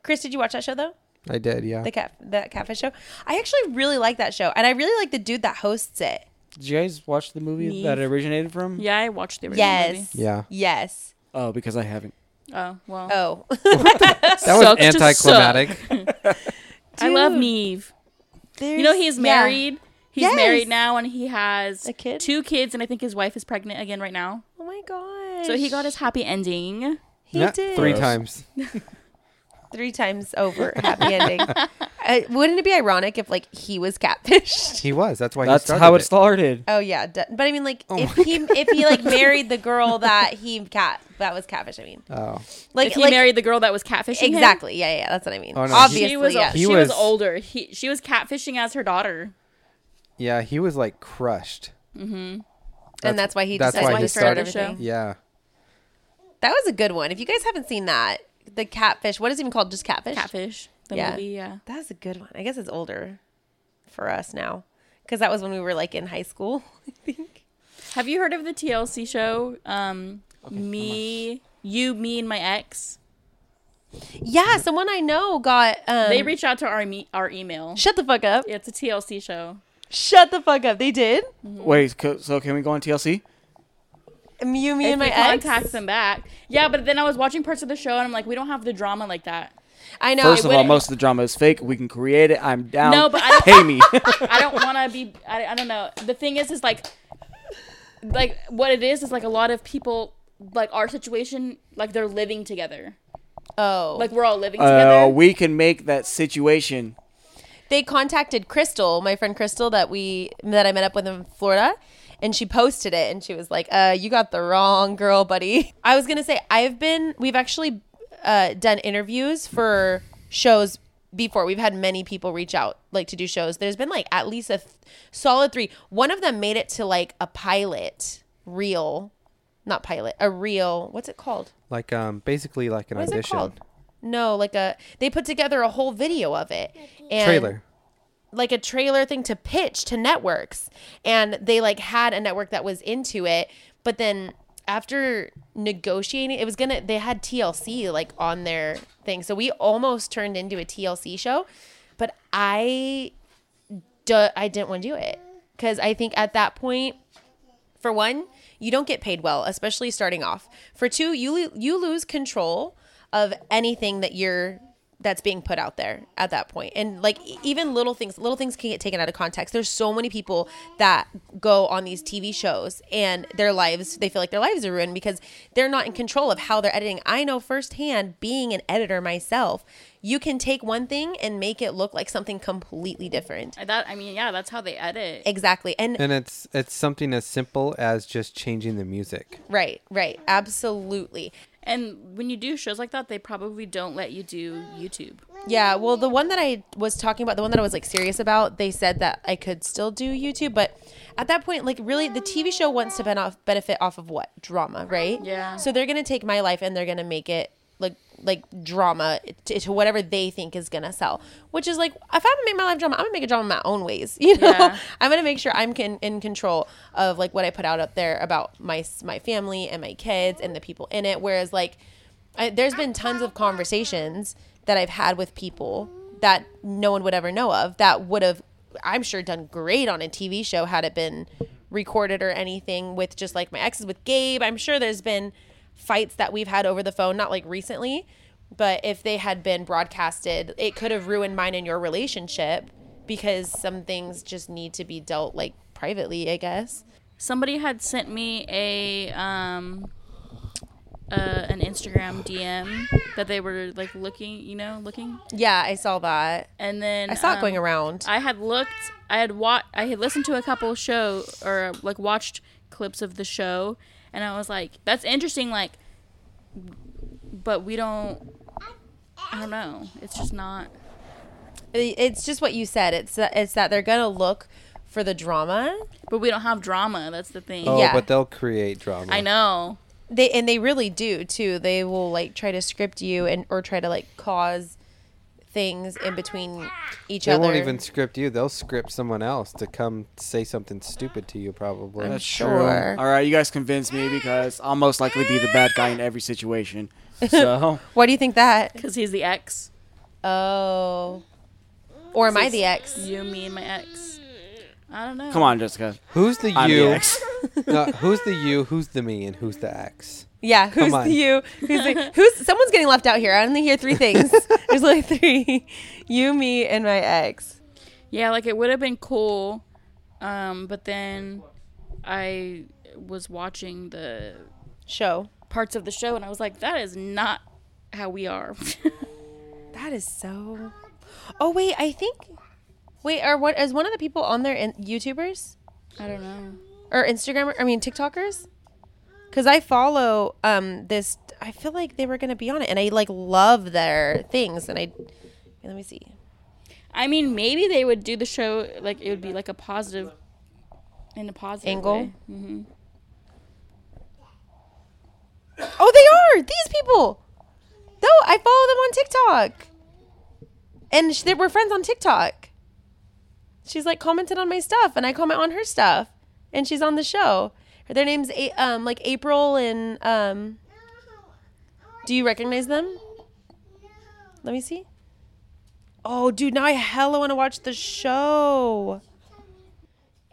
[SPEAKER 2] Chris, did you watch that show though?
[SPEAKER 5] I did, yeah.
[SPEAKER 2] The cat, that Catfish show. I actually really like that show, and I really like the dude that hosts it.
[SPEAKER 3] Did you guys watch the movie
[SPEAKER 1] Me.
[SPEAKER 3] that it originated from?
[SPEAKER 1] Yeah, I watched the original
[SPEAKER 2] Yes.
[SPEAKER 1] movie.
[SPEAKER 5] Yeah.
[SPEAKER 2] Yes.
[SPEAKER 3] Oh, because I haven't.
[SPEAKER 1] Oh, well.
[SPEAKER 2] Oh,
[SPEAKER 5] That was
[SPEAKER 1] Sucks to
[SPEAKER 5] anticlimactic.
[SPEAKER 1] I love
[SPEAKER 2] Dude.
[SPEAKER 1] Neve. You know he's
[SPEAKER 2] Yeah.
[SPEAKER 1] married. He's
[SPEAKER 2] Yes.
[SPEAKER 1] married now and he has
[SPEAKER 2] A kid?
[SPEAKER 1] two kids and I think his wife is pregnant again right now.
[SPEAKER 2] Oh my god.
[SPEAKER 1] So he got his happy ending.
[SPEAKER 2] He
[SPEAKER 5] Yeah,
[SPEAKER 2] did.
[SPEAKER 5] Three
[SPEAKER 3] Gross.
[SPEAKER 5] times.
[SPEAKER 2] three times over. Happy ending. uh, wouldn't it be ironic if like he was catfished? *laughs*
[SPEAKER 5] *laughs* He was. That's why he
[SPEAKER 3] That's
[SPEAKER 5] started
[SPEAKER 3] how it
[SPEAKER 5] it.
[SPEAKER 3] started.
[SPEAKER 2] Oh yeah, d- but I mean like
[SPEAKER 5] Oh
[SPEAKER 2] if he if he like married the girl that he cat that was catfish. I mean,
[SPEAKER 5] Oh.
[SPEAKER 2] like
[SPEAKER 1] If he
[SPEAKER 2] like,
[SPEAKER 1] married the girl that was catfishing him?
[SPEAKER 2] exactly. Yeah, yeah, that's what I mean.
[SPEAKER 5] Oh, no, he-
[SPEAKER 2] Obviously,
[SPEAKER 1] she was
[SPEAKER 2] yeah.
[SPEAKER 5] He
[SPEAKER 1] she was,
[SPEAKER 5] was-
[SPEAKER 1] older. He she was catfishing as her daughter.
[SPEAKER 5] Yeah, he was like crushed.
[SPEAKER 2] and that's why he
[SPEAKER 5] that's
[SPEAKER 2] decided
[SPEAKER 5] why
[SPEAKER 2] to
[SPEAKER 5] he
[SPEAKER 2] start
[SPEAKER 5] started
[SPEAKER 1] the show.
[SPEAKER 2] everything.
[SPEAKER 5] Yeah.
[SPEAKER 2] That was a good one. If you guys haven't seen that, the catfish. What is it even called? Just catfish.
[SPEAKER 1] Catfish. The
[SPEAKER 2] Yeah.
[SPEAKER 1] movie, yeah.
[SPEAKER 2] That's a good one. I guess it's older for us now because that was when we were like in high school. *laughs* I think.
[SPEAKER 1] Have you heard of the TLC show? Um Me You, Me and My Ex?
[SPEAKER 2] Yeah, someone I know got. Um,
[SPEAKER 1] They reached out to our me- our email.
[SPEAKER 2] shut the fuck up.
[SPEAKER 1] It's a TLC show.
[SPEAKER 2] Shut the fuck up. They did.
[SPEAKER 1] Mm.
[SPEAKER 3] Wait, co- so can we go on TLC?
[SPEAKER 2] Mew, me
[SPEAKER 1] If
[SPEAKER 2] and
[SPEAKER 1] we
[SPEAKER 2] my ex.
[SPEAKER 1] contact them back. Yeah, but then I was watching parts of the show and I'm like, we don't have the drama like that.
[SPEAKER 2] I know.
[SPEAKER 3] First
[SPEAKER 2] I
[SPEAKER 3] of all,
[SPEAKER 2] wouldn't-
[SPEAKER 3] most of the drama is fake. We can create it. I'm down.
[SPEAKER 1] No, but I-
[SPEAKER 3] pay
[SPEAKER 1] *laughs*
[SPEAKER 3] me.
[SPEAKER 1] I don't want to be. I, I don't know. The thing is, is like, like what it is is like a lot of people like our situation. Like they're living together.
[SPEAKER 2] Oh,
[SPEAKER 1] Like we're all living together.
[SPEAKER 3] uh, we can make that situation.
[SPEAKER 2] they contacted Crystal, my friend Crystal that we that I met up with in Florida, and she posted it and she was like, "Uh, you got the wrong girl, buddy." *laughs* I was gonna say I've been we've actually uh, done interviews for shows before. We've had many people reach out like to do shows. There's been like at least a th- solid three. One of them made it to like a pilot reel, not pilot, a reel. What's it called?
[SPEAKER 5] Like um basically like an
[SPEAKER 2] What is it
[SPEAKER 5] audition.
[SPEAKER 2] called? No, like a they put together a whole video of it and
[SPEAKER 5] Trailer.
[SPEAKER 2] like a trailer thing to pitch to networks and they like had a network that was into it but then after negotiating it was gonna they had tlc like on their thing so we almost turned into a tlc show but i du- i didn't want to do it because i think at that point for one you don't get paid well especially starting off for two you lo- you lose control of anything that you're that's being put out there at that point and like e- even little things little things can get taken out of context there's so many people that go on these tv shows and their lives they feel like their lives are ruined because they're not in control of how they're editing i know firsthand being an editor myself you can take one thing and make it look like something completely different
[SPEAKER 1] that I mean, yeah, that's how they edit.
[SPEAKER 2] exactly and
[SPEAKER 5] And it's it's something as simple as just changing the music.
[SPEAKER 2] right right absolutely
[SPEAKER 1] And when you do shows like that, they probably don't let you do YouTube.
[SPEAKER 2] Yeah, well, the one that I was talking about, the one that I was like serious about, they said that I could still do YouTube, but at that point, like really, the TV show wants to ben- off, benefit off of what drama, right?
[SPEAKER 1] Yeah.
[SPEAKER 2] So they're gonna take my life and they're gonna make it like like drama to, to whatever they think is gonna sell, which is like if I'm gonna make my life drama, I'm gonna make a drama my own ways, *laughs* you know.
[SPEAKER 1] Yeah.
[SPEAKER 2] I'm gonna make sure I'm can, in control of like what I put out up there about my s- my family and my kids and the people in it. Whereas like I, there's been tons of conversations that I've had with people that no one would ever know of that would have, I'm sure, done great on a TV show had it been recorded or anything with just like my exes with Gabe. I'm sure there's been fights that we've had over the phone, not like recently, but if they had been broadcasted, it could have ruined mine and your relationship because some things just need to be dealt like privately, I guess.
[SPEAKER 1] Somebody had sent me a um uh, an Instagram DM that they were like looking, you know, looking.
[SPEAKER 2] Yeah, I saw that.
[SPEAKER 1] And then
[SPEAKER 2] I saw it
[SPEAKER 1] um,
[SPEAKER 2] going around.
[SPEAKER 1] I had looked, I had watched, I had listened to a couple show or like watched clips of the show, and I was like, "That's interesting." Like, but we don't. I don't know. It's just not.
[SPEAKER 2] it's just what you said. It's that, it's that they're gonna look for the drama.
[SPEAKER 1] But we don't have drama. That's the thing.
[SPEAKER 5] Oh,
[SPEAKER 2] Yeah.
[SPEAKER 5] but they'll create drama.
[SPEAKER 1] I know.
[SPEAKER 2] They and they really do too. They will like try to script you and or try to like cause things in between each
[SPEAKER 5] They
[SPEAKER 2] other.
[SPEAKER 5] won't even script you. They'll script someone else to come say something stupid to you probably.
[SPEAKER 3] That's
[SPEAKER 2] Sure.
[SPEAKER 3] true. All right, you guys convinced me because I'll most likely be the bad guy in
[SPEAKER 1] *laughs*
[SPEAKER 3] every situation. So
[SPEAKER 2] Why do you think that?
[SPEAKER 1] Because he's the ex.
[SPEAKER 2] Oh, or am I the ex?
[SPEAKER 1] You, me, and my ex. I don't know.
[SPEAKER 3] come on, Jessica.
[SPEAKER 5] Who's the
[SPEAKER 3] I'm
[SPEAKER 5] you?
[SPEAKER 3] the ex.
[SPEAKER 5] No, who's the you? Who's the me? And who's the X?
[SPEAKER 2] Yeah, who's
[SPEAKER 5] on.
[SPEAKER 2] the you? Who's
[SPEAKER 5] *laughs*
[SPEAKER 2] the, who's? Someone's getting left out here. I only hear three things. There's only three: you, me, and my ex.
[SPEAKER 1] Yeah, like it would have been cool, um, but then I was watching the
[SPEAKER 2] Show.
[SPEAKER 1] *laughs* parts of the show and I was like, that is not how we are.
[SPEAKER 2] That is so. Oh wait, I think. Wait, are what is one of the people on there in YouTubers
[SPEAKER 1] I don't know.
[SPEAKER 2] or Instagrammer? I mean TikTokers. Because I follow um this. I feel like they were gonna be on it, and I like love their things. And I let me see.
[SPEAKER 1] I mean, maybe they would do the show like it would be like a positive, in a positive
[SPEAKER 2] Angle?
[SPEAKER 1] way. Mhm.
[SPEAKER 2] Oh, they are these people. No, I follow them on TikTok, and sh- they we're friends on TikTok. She's like commented on my stuff, and I comment on her stuff, and she's on the show. Their names A- um like April and um. Do you recognize them? Let me see. Oh, dude, now I hella want to watch the show.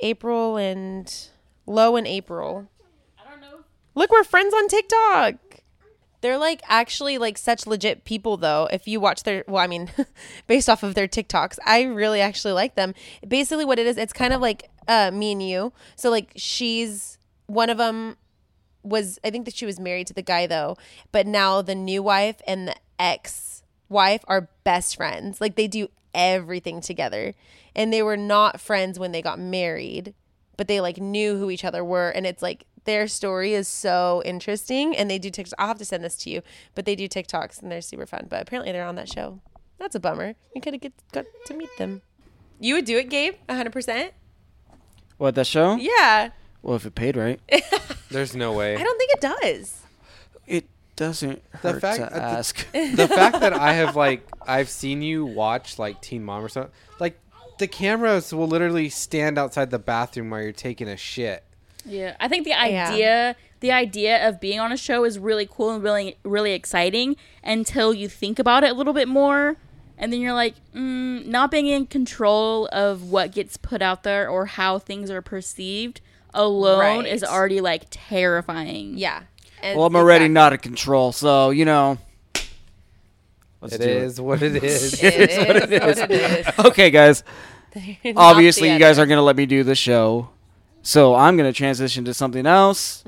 [SPEAKER 2] April and Low and April. Look, we're friends on TikTok. They're like actually like such legit people though. If you watch their well, I mean, *laughs* based off of their TikToks, I really actually like them. Basically what it is, it's kind of like uh me and you. So like she's one of them was I think that she was married to the guy though, but now the new wife and the ex wife are best friends. Like they do everything together. And they were not friends when they got married, but they like knew who each other were and it's like their story is so interesting and they do TikToks. I'll have to send this to you, but they do TikToks and they're super fun. But apparently they're on that show. That's a bummer. We could have get got to meet them. You would do it, Gabe? 100%?
[SPEAKER 3] What that show?
[SPEAKER 2] Yeah.
[SPEAKER 3] Well, if it paid
[SPEAKER 5] *laughs*
[SPEAKER 3] right,
[SPEAKER 5] There's no way.
[SPEAKER 2] I don't think it does.
[SPEAKER 3] it doesn't
[SPEAKER 5] The
[SPEAKER 3] hurt
[SPEAKER 5] fact-
[SPEAKER 3] to
[SPEAKER 5] uh, the- *laughs*
[SPEAKER 3] ask.
[SPEAKER 5] the fact that I have like I've seen you watch like Teen Mom or something, like the cameras will literally stand outside the bathroom while you're taking a shit.
[SPEAKER 1] Yeah, I think the
[SPEAKER 2] Yeah.
[SPEAKER 1] idea, the idea of being on a show is really cool and really, really exciting until you think about it a little bit more, and then you're like, mm, not being in control of what gets put out there or how things are perceived alone
[SPEAKER 2] Right.
[SPEAKER 1] is already like terrifying.
[SPEAKER 2] Yeah. And
[SPEAKER 3] well, I'm already
[SPEAKER 2] exactly.
[SPEAKER 3] not in control, so you know. Let's
[SPEAKER 5] It
[SPEAKER 3] do
[SPEAKER 5] is what *laughs* it is.
[SPEAKER 2] It is what it
[SPEAKER 3] *laughs*
[SPEAKER 2] is.
[SPEAKER 3] Okay, guys.
[SPEAKER 2] Not
[SPEAKER 3] Obviously,
[SPEAKER 2] the
[SPEAKER 3] you guys aren't gonna let me do the show, so I'm gonna transition to something
[SPEAKER 5] *laughs*
[SPEAKER 3] else.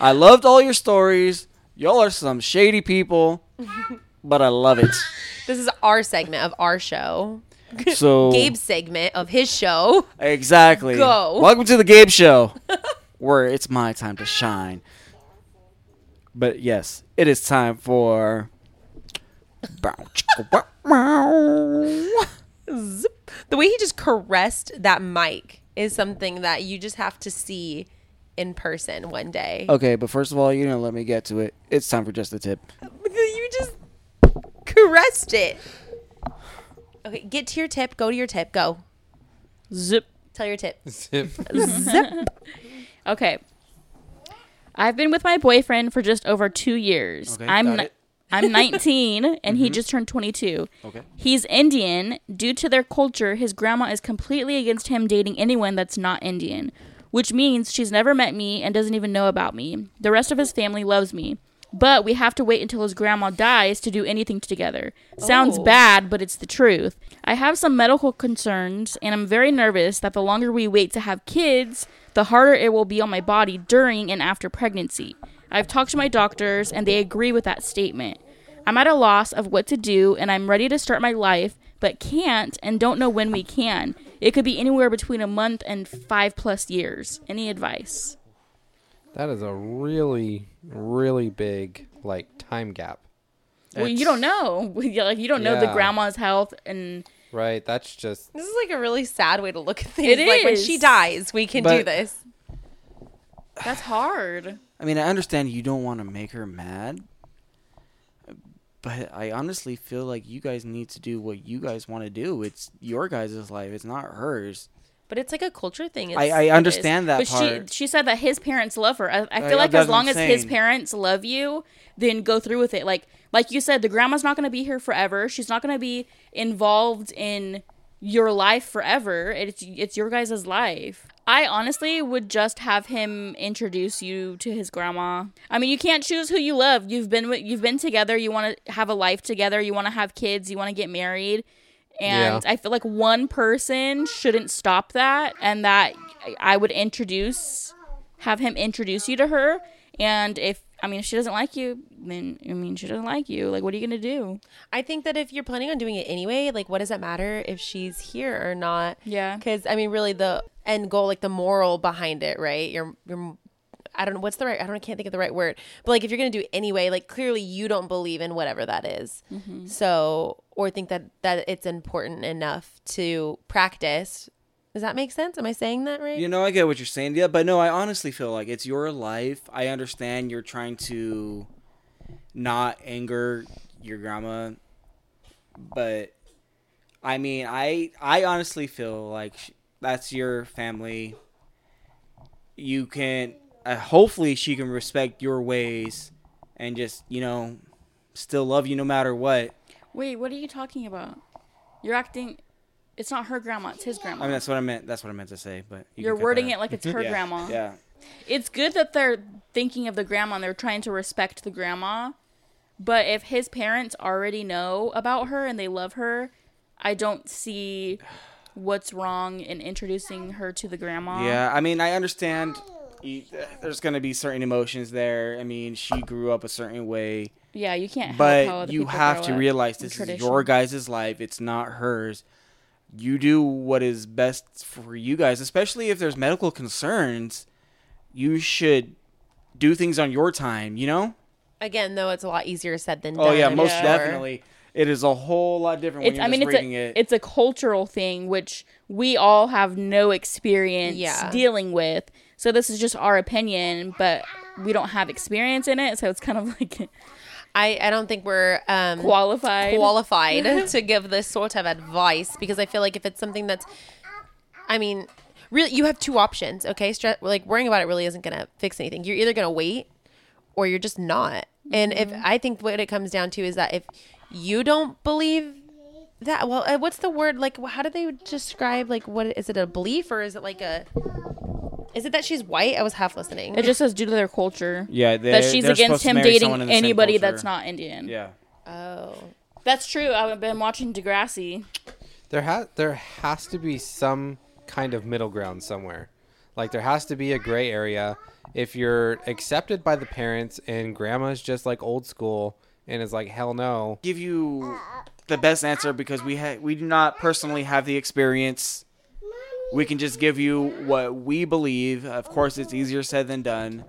[SPEAKER 3] I loved all your stories. Y'all are some shady
[SPEAKER 5] *laughs*
[SPEAKER 3] people, but I love it.
[SPEAKER 2] other. This is our segment of our show.
[SPEAKER 3] So
[SPEAKER 2] Gabe's segment of his show.
[SPEAKER 3] Exactly.
[SPEAKER 2] Go.
[SPEAKER 3] Welcome to the Gabe Show, *laughs* where it's my time to shine. But yes, it is time for.
[SPEAKER 2] The way he just caressed that mic is something that you just have to see in person one day.
[SPEAKER 3] Okay, but first of all, you didn't let me get to it. It's time for just the tip.
[SPEAKER 2] You just caressed it. Okay, get to your tip. Go to your tip. Go.
[SPEAKER 1] Zip.
[SPEAKER 2] Tell your tip.
[SPEAKER 1] Okay. I've been with my boyfriend for just over two years.
[SPEAKER 3] Okay,
[SPEAKER 1] I'm
[SPEAKER 3] got
[SPEAKER 1] ni-
[SPEAKER 3] it.
[SPEAKER 1] *laughs*
[SPEAKER 3] Mm-hmm.
[SPEAKER 1] I'm 19 and he just turned 22.
[SPEAKER 3] Okay.
[SPEAKER 1] He's Indian. Due to their culture, his grandma is completely against him dating anyone that's not Indian, which means she's never met me and doesn't even know about me. The rest of his family loves me, but we have to wait until his grandma dies to do anything together. Sounds
[SPEAKER 2] Oh.
[SPEAKER 1] bad, but it's the truth. I have some medical concerns and I'm very nervous that the longer we wait to have kids, the harder it will be on my body during and after pregnancy. I've talked to my doctors and they agree with that statement. I'm at a loss of what to do and I'm ready to start my life, but can't and don't know when we can. It could be anywhere between a month and five plus years. Any advice?
[SPEAKER 5] That is a really, really big like time gap.
[SPEAKER 1] well, you don't know. *laughs* Yeah, like you don't know the
[SPEAKER 5] Yeah.
[SPEAKER 1] grandma's health and
[SPEAKER 5] Right? That's just
[SPEAKER 2] This is like a really sad way to look at things.
[SPEAKER 1] It
[SPEAKER 2] like when
[SPEAKER 1] is.
[SPEAKER 2] she dies, we can do
[SPEAKER 3] But-
[SPEAKER 2] this.
[SPEAKER 1] that's hard.
[SPEAKER 3] I mean, I understand you don't want to make her mad, but I honestly feel like you guys need to do what you guys want to do. It's your guys' life, it's not hers.
[SPEAKER 2] But it's like a culture thing. It's,
[SPEAKER 3] I, I understand that
[SPEAKER 1] but
[SPEAKER 3] part.
[SPEAKER 1] she she said that his parents love her. I, I
[SPEAKER 3] Uh,
[SPEAKER 1] feel like
[SPEAKER 3] that's
[SPEAKER 1] as long
[SPEAKER 3] what
[SPEAKER 1] as
[SPEAKER 3] I'm
[SPEAKER 1] his
[SPEAKER 3] saying.
[SPEAKER 1] parents love you, then go through with it. Like like you said, the grandma's not going to be here forever. She's not going to be involved in your life forever. It's it's your guys' life. I honestly would just have him introduce you to his grandma. I mean, you can't choose who you love. You've been with, you've been together. You want to have a life together. You want to have kids. You want to get married. And
[SPEAKER 5] Yeah.
[SPEAKER 1] I feel like one person shouldn't stop that, and that I- I would introduce, have him introduce you to her. And if I mean, if she doesn't like you, then I mean, she doesn't like you. Like, what are you gonna do?
[SPEAKER 2] I think that if you're planning on doing it anyway, like, what does it matter if she's here or not?
[SPEAKER 1] Yeah.
[SPEAKER 2] Because I mean, really, the end goal, like the moral behind it, right? You're, you're, I don't know what's the right. I don't. I can't think of the right word. But like, if you're gonna do it anyway, like, clearly you don't believe in whatever that is. So, or think that that it's important enough to practice. Does that make sense? Am I saying that right?
[SPEAKER 3] You know, I get what you're saying, yeah, but no, I honestly feel like it's your life. I understand you're trying to not anger your grandma, but I mean, I I honestly feel like sh- that's your family. You can uh, hopefully she can respect your ways and just, you know, still love you no matter what.
[SPEAKER 1] Wait, what are you talking about? You're acting. It's not her grandma. It's his grandma.
[SPEAKER 3] I mean, that's what I meant. That's what I meant to say, but you
[SPEAKER 1] You're
[SPEAKER 3] can cut
[SPEAKER 1] wording
[SPEAKER 3] that
[SPEAKER 1] it
[SPEAKER 3] out.
[SPEAKER 1] like it's her
[SPEAKER 3] *laughs* Yeah,
[SPEAKER 1] grandma.
[SPEAKER 3] Yeah.
[SPEAKER 1] It's good that they're thinking of the grandma and they're trying to respect the grandma. But if his parents already know about her and they love her, I don't see what's wrong in introducing her to the grandma.
[SPEAKER 3] Yeah, I mean, I understand. You, there's gonna be certain emotions there. I mean, she grew up a certain way,
[SPEAKER 1] Yeah, you can't help how
[SPEAKER 3] but
[SPEAKER 1] other
[SPEAKER 3] you
[SPEAKER 1] people
[SPEAKER 3] have
[SPEAKER 1] grow
[SPEAKER 3] to
[SPEAKER 1] up
[SPEAKER 3] realize
[SPEAKER 1] in
[SPEAKER 3] this is
[SPEAKER 1] tradition.
[SPEAKER 3] your guys' life. It's not hers. You do what is best for you guys, especially if there's medical concerns. You should do things on your time. You know?
[SPEAKER 2] Again, though, it's a lot easier said than done.
[SPEAKER 3] Oh yeah,
[SPEAKER 2] I'm
[SPEAKER 3] most
[SPEAKER 2] sure.
[SPEAKER 3] definitely. It is a whole lot different when
[SPEAKER 1] It's,
[SPEAKER 3] you're
[SPEAKER 1] I mean,
[SPEAKER 3] just
[SPEAKER 1] it's
[SPEAKER 3] reading
[SPEAKER 1] a,
[SPEAKER 3] it.
[SPEAKER 1] it's a cultural thing, which we all have no experience
[SPEAKER 2] Yeah.
[SPEAKER 1] dealing with. So this is just our opinion, but we don't have experience in it. So it's kind of like *laughs*
[SPEAKER 2] I, I don't think we're um,
[SPEAKER 1] qualified.
[SPEAKER 2] qualified to give this sort of advice because I feel like if it's something that's, I mean, really, you have two options. Okay, Stre- like worrying about it really isn't going to fix anything. You're either going to wait, or you're just not. And if I think what it comes down to is that if you don't believe that, well, uh, what's the word? Like, how do they describe? Like, what is it? A belief or is it like a? Is it that she's white? I was half listening.
[SPEAKER 1] it just says due to their culture.
[SPEAKER 3] Yeah,
[SPEAKER 1] that
[SPEAKER 3] they're-
[SPEAKER 1] she's
[SPEAKER 3] they're
[SPEAKER 1] against
[SPEAKER 3] supposed to
[SPEAKER 1] him
[SPEAKER 3] marry someone
[SPEAKER 1] dating
[SPEAKER 3] in the same
[SPEAKER 1] anybody that's
[SPEAKER 3] culture.
[SPEAKER 1] not Indian.
[SPEAKER 3] yeah.
[SPEAKER 2] oh,
[SPEAKER 1] That's true. I've been watching Degrassi.
[SPEAKER 5] There has there has to be some kind of middle ground somewhere. Like there has to be a gray area. If you're accepted by the parents and grandma's just like old school and is like hell no,
[SPEAKER 3] give you the best answer because we ha- we do not personally have the experience. We can just give you what we believe. Of course, it's easier said than done,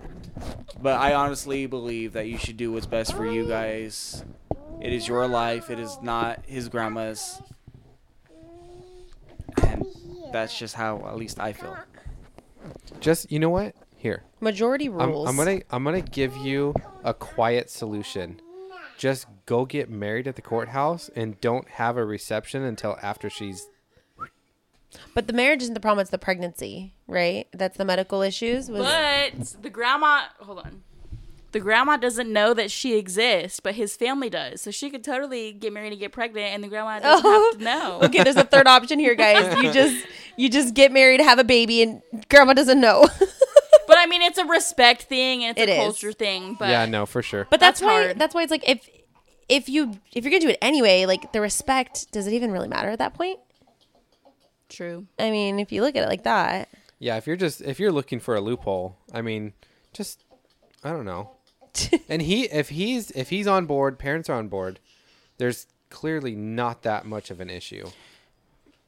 [SPEAKER 3] but I honestly believe that you should do what's best for you guys. It is your life. It is not his grandma's, and that's just how at least I feel.
[SPEAKER 5] just you know what? Here.
[SPEAKER 2] majority
[SPEAKER 5] I'm,
[SPEAKER 2] rules.
[SPEAKER 5] I'm gonna I'm gonna give you a quiet solution. Just go get married at the courthouse and don't have a reception until after she's
[SPEAKER 2] But the marriage isn't the problem; it's the pregnancy, right? That's the medical issues. Was
[SPEAKER 1] But the grandma, hold on. The grandma doesn't know that she exists, but his family does. So she could totally get married and get pregnant, and the grandma doesn't have *laughs* to know.
[SPEAKER 2] okay, there's a third option here, guys. You just you just get married, have a baby, and grandma doesn't know. *laughs*
[SPEAKER 1] But I mean, it's a respect thing and it's
[SPEAKER 2] It
[SPEAKER 1] a
[SPEAKER 2] is.
[SPEAKER 1] culture thing. But
[SPEAKER 5] Yeah, no, for sure.
[SPEAKER 2] But that's,
[SPEAKER 1] That's
[SPEAKER 2] why
[SPEAKER 1] hard.
[SPEAKER 2] that's why it's like if if you if you're gonna do it anyway, like the respect does it even really matter at that point?
[SPEAKER 1] true.
[SPEAKER 2] I mean, if you look at it like that,
[SPEAKER 5] Yeah, if you're just if you're looking for a loophole, I mean, just I don't know. and he if he's if he's on board, parents are on board. There's clearly not that much of an issue.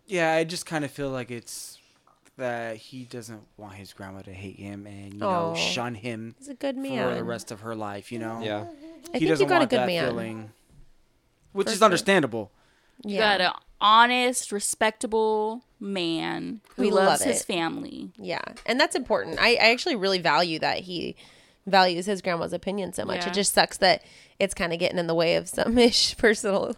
[SPEAKER 3] Yeah, I just kind of feel like it's that he doesn't want his grandma to hate him and you know
[SPEAKER 2] Aw.
[SPEAKER 3] shun him
[SPEAKER 2] he's a good
[SPEAKER 3] for the
[SPEAKER 2] man.
[SPEAKER 3] rest of her life. You know.
[SPEAKER 5] Yeah.
[SPEAKER 2] I think you got a good man.
[SPEAKER 3] which
[SPEAKER 2] For
[SPEAKER 3] is
[SPEAKER 2] sure.
[SPEAKER 3] understandable.
[SPEAKER 1] You
[SPEAKER 2] Yeah,
[SPEAKER 1] got an honest, respectable man who
[SPEAKER 2] We love
[SPEAKER 1] loves his
[SPEAKER 2] it.
[SPEAKER 1] family.
[SPEAKER 2] yeah, and that's important. I, I actually really value that he values his grandma's opinion so much.
[SPEAKER 1] Yeah.
[SPEAKER 2] It just sucks that it's kind of getting in the way of some ish *laughs* personal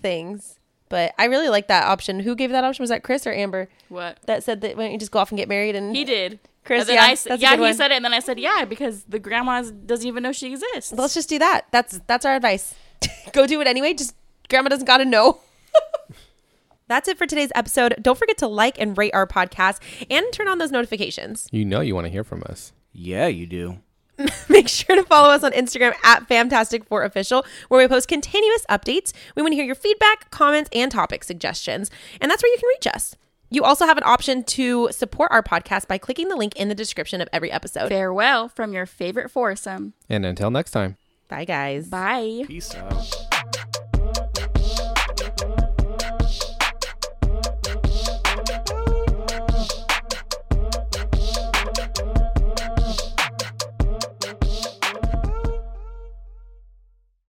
[SPEAKER 2] things. But I really like that option. Who gave that option? Was that Chris or Amber?
[SPEAKER 1] What?
[SPEAKER 2] that said that why don't you just go off and get married and
[SPEAKER 1] He did.
[SPEAKER 2] Chris,
[SPEAKER 1] And then
[SPEAKER 2] yeah,
[SPEAKER 1] I s-
[SPEAKER 2] that's a
[SPEAKER 1] yeah,
[SPEAKER 2] good
[SPEAKER 1] he
[SPEAKER 2] one.
[SPEAKER 1] said it, and then I said, yeah, because the grandma doesn't even know she exists.
[SPEAKER 2] let's just do that that's that's our advice *laughs* go do it anyway just grandma doesn't gotta know *laughs* that's it for today's episode don't forget to like and rate our podcast and turn on those notifications *laughs*
[SPEAKER 5] You know you want to hear from us.
[SPEAKER 3] Yeah, you do.
[SPEAKER 2] make sure to follow us on instagram at fantastic4official where we post continuous updates we want to hear your feedback comments and topic suggestions and that's where you can reach us You also have an option to support our podcast by clicking the link in the description of every episode.
[SPEAKER 1] Farewell from your favorite foursome.
[SPEAKER 5] And until next time.
[SPEAKER 2] Bye, guys.
[SPEAKER 1] Bye.
[SPEAKER 3] Peace out.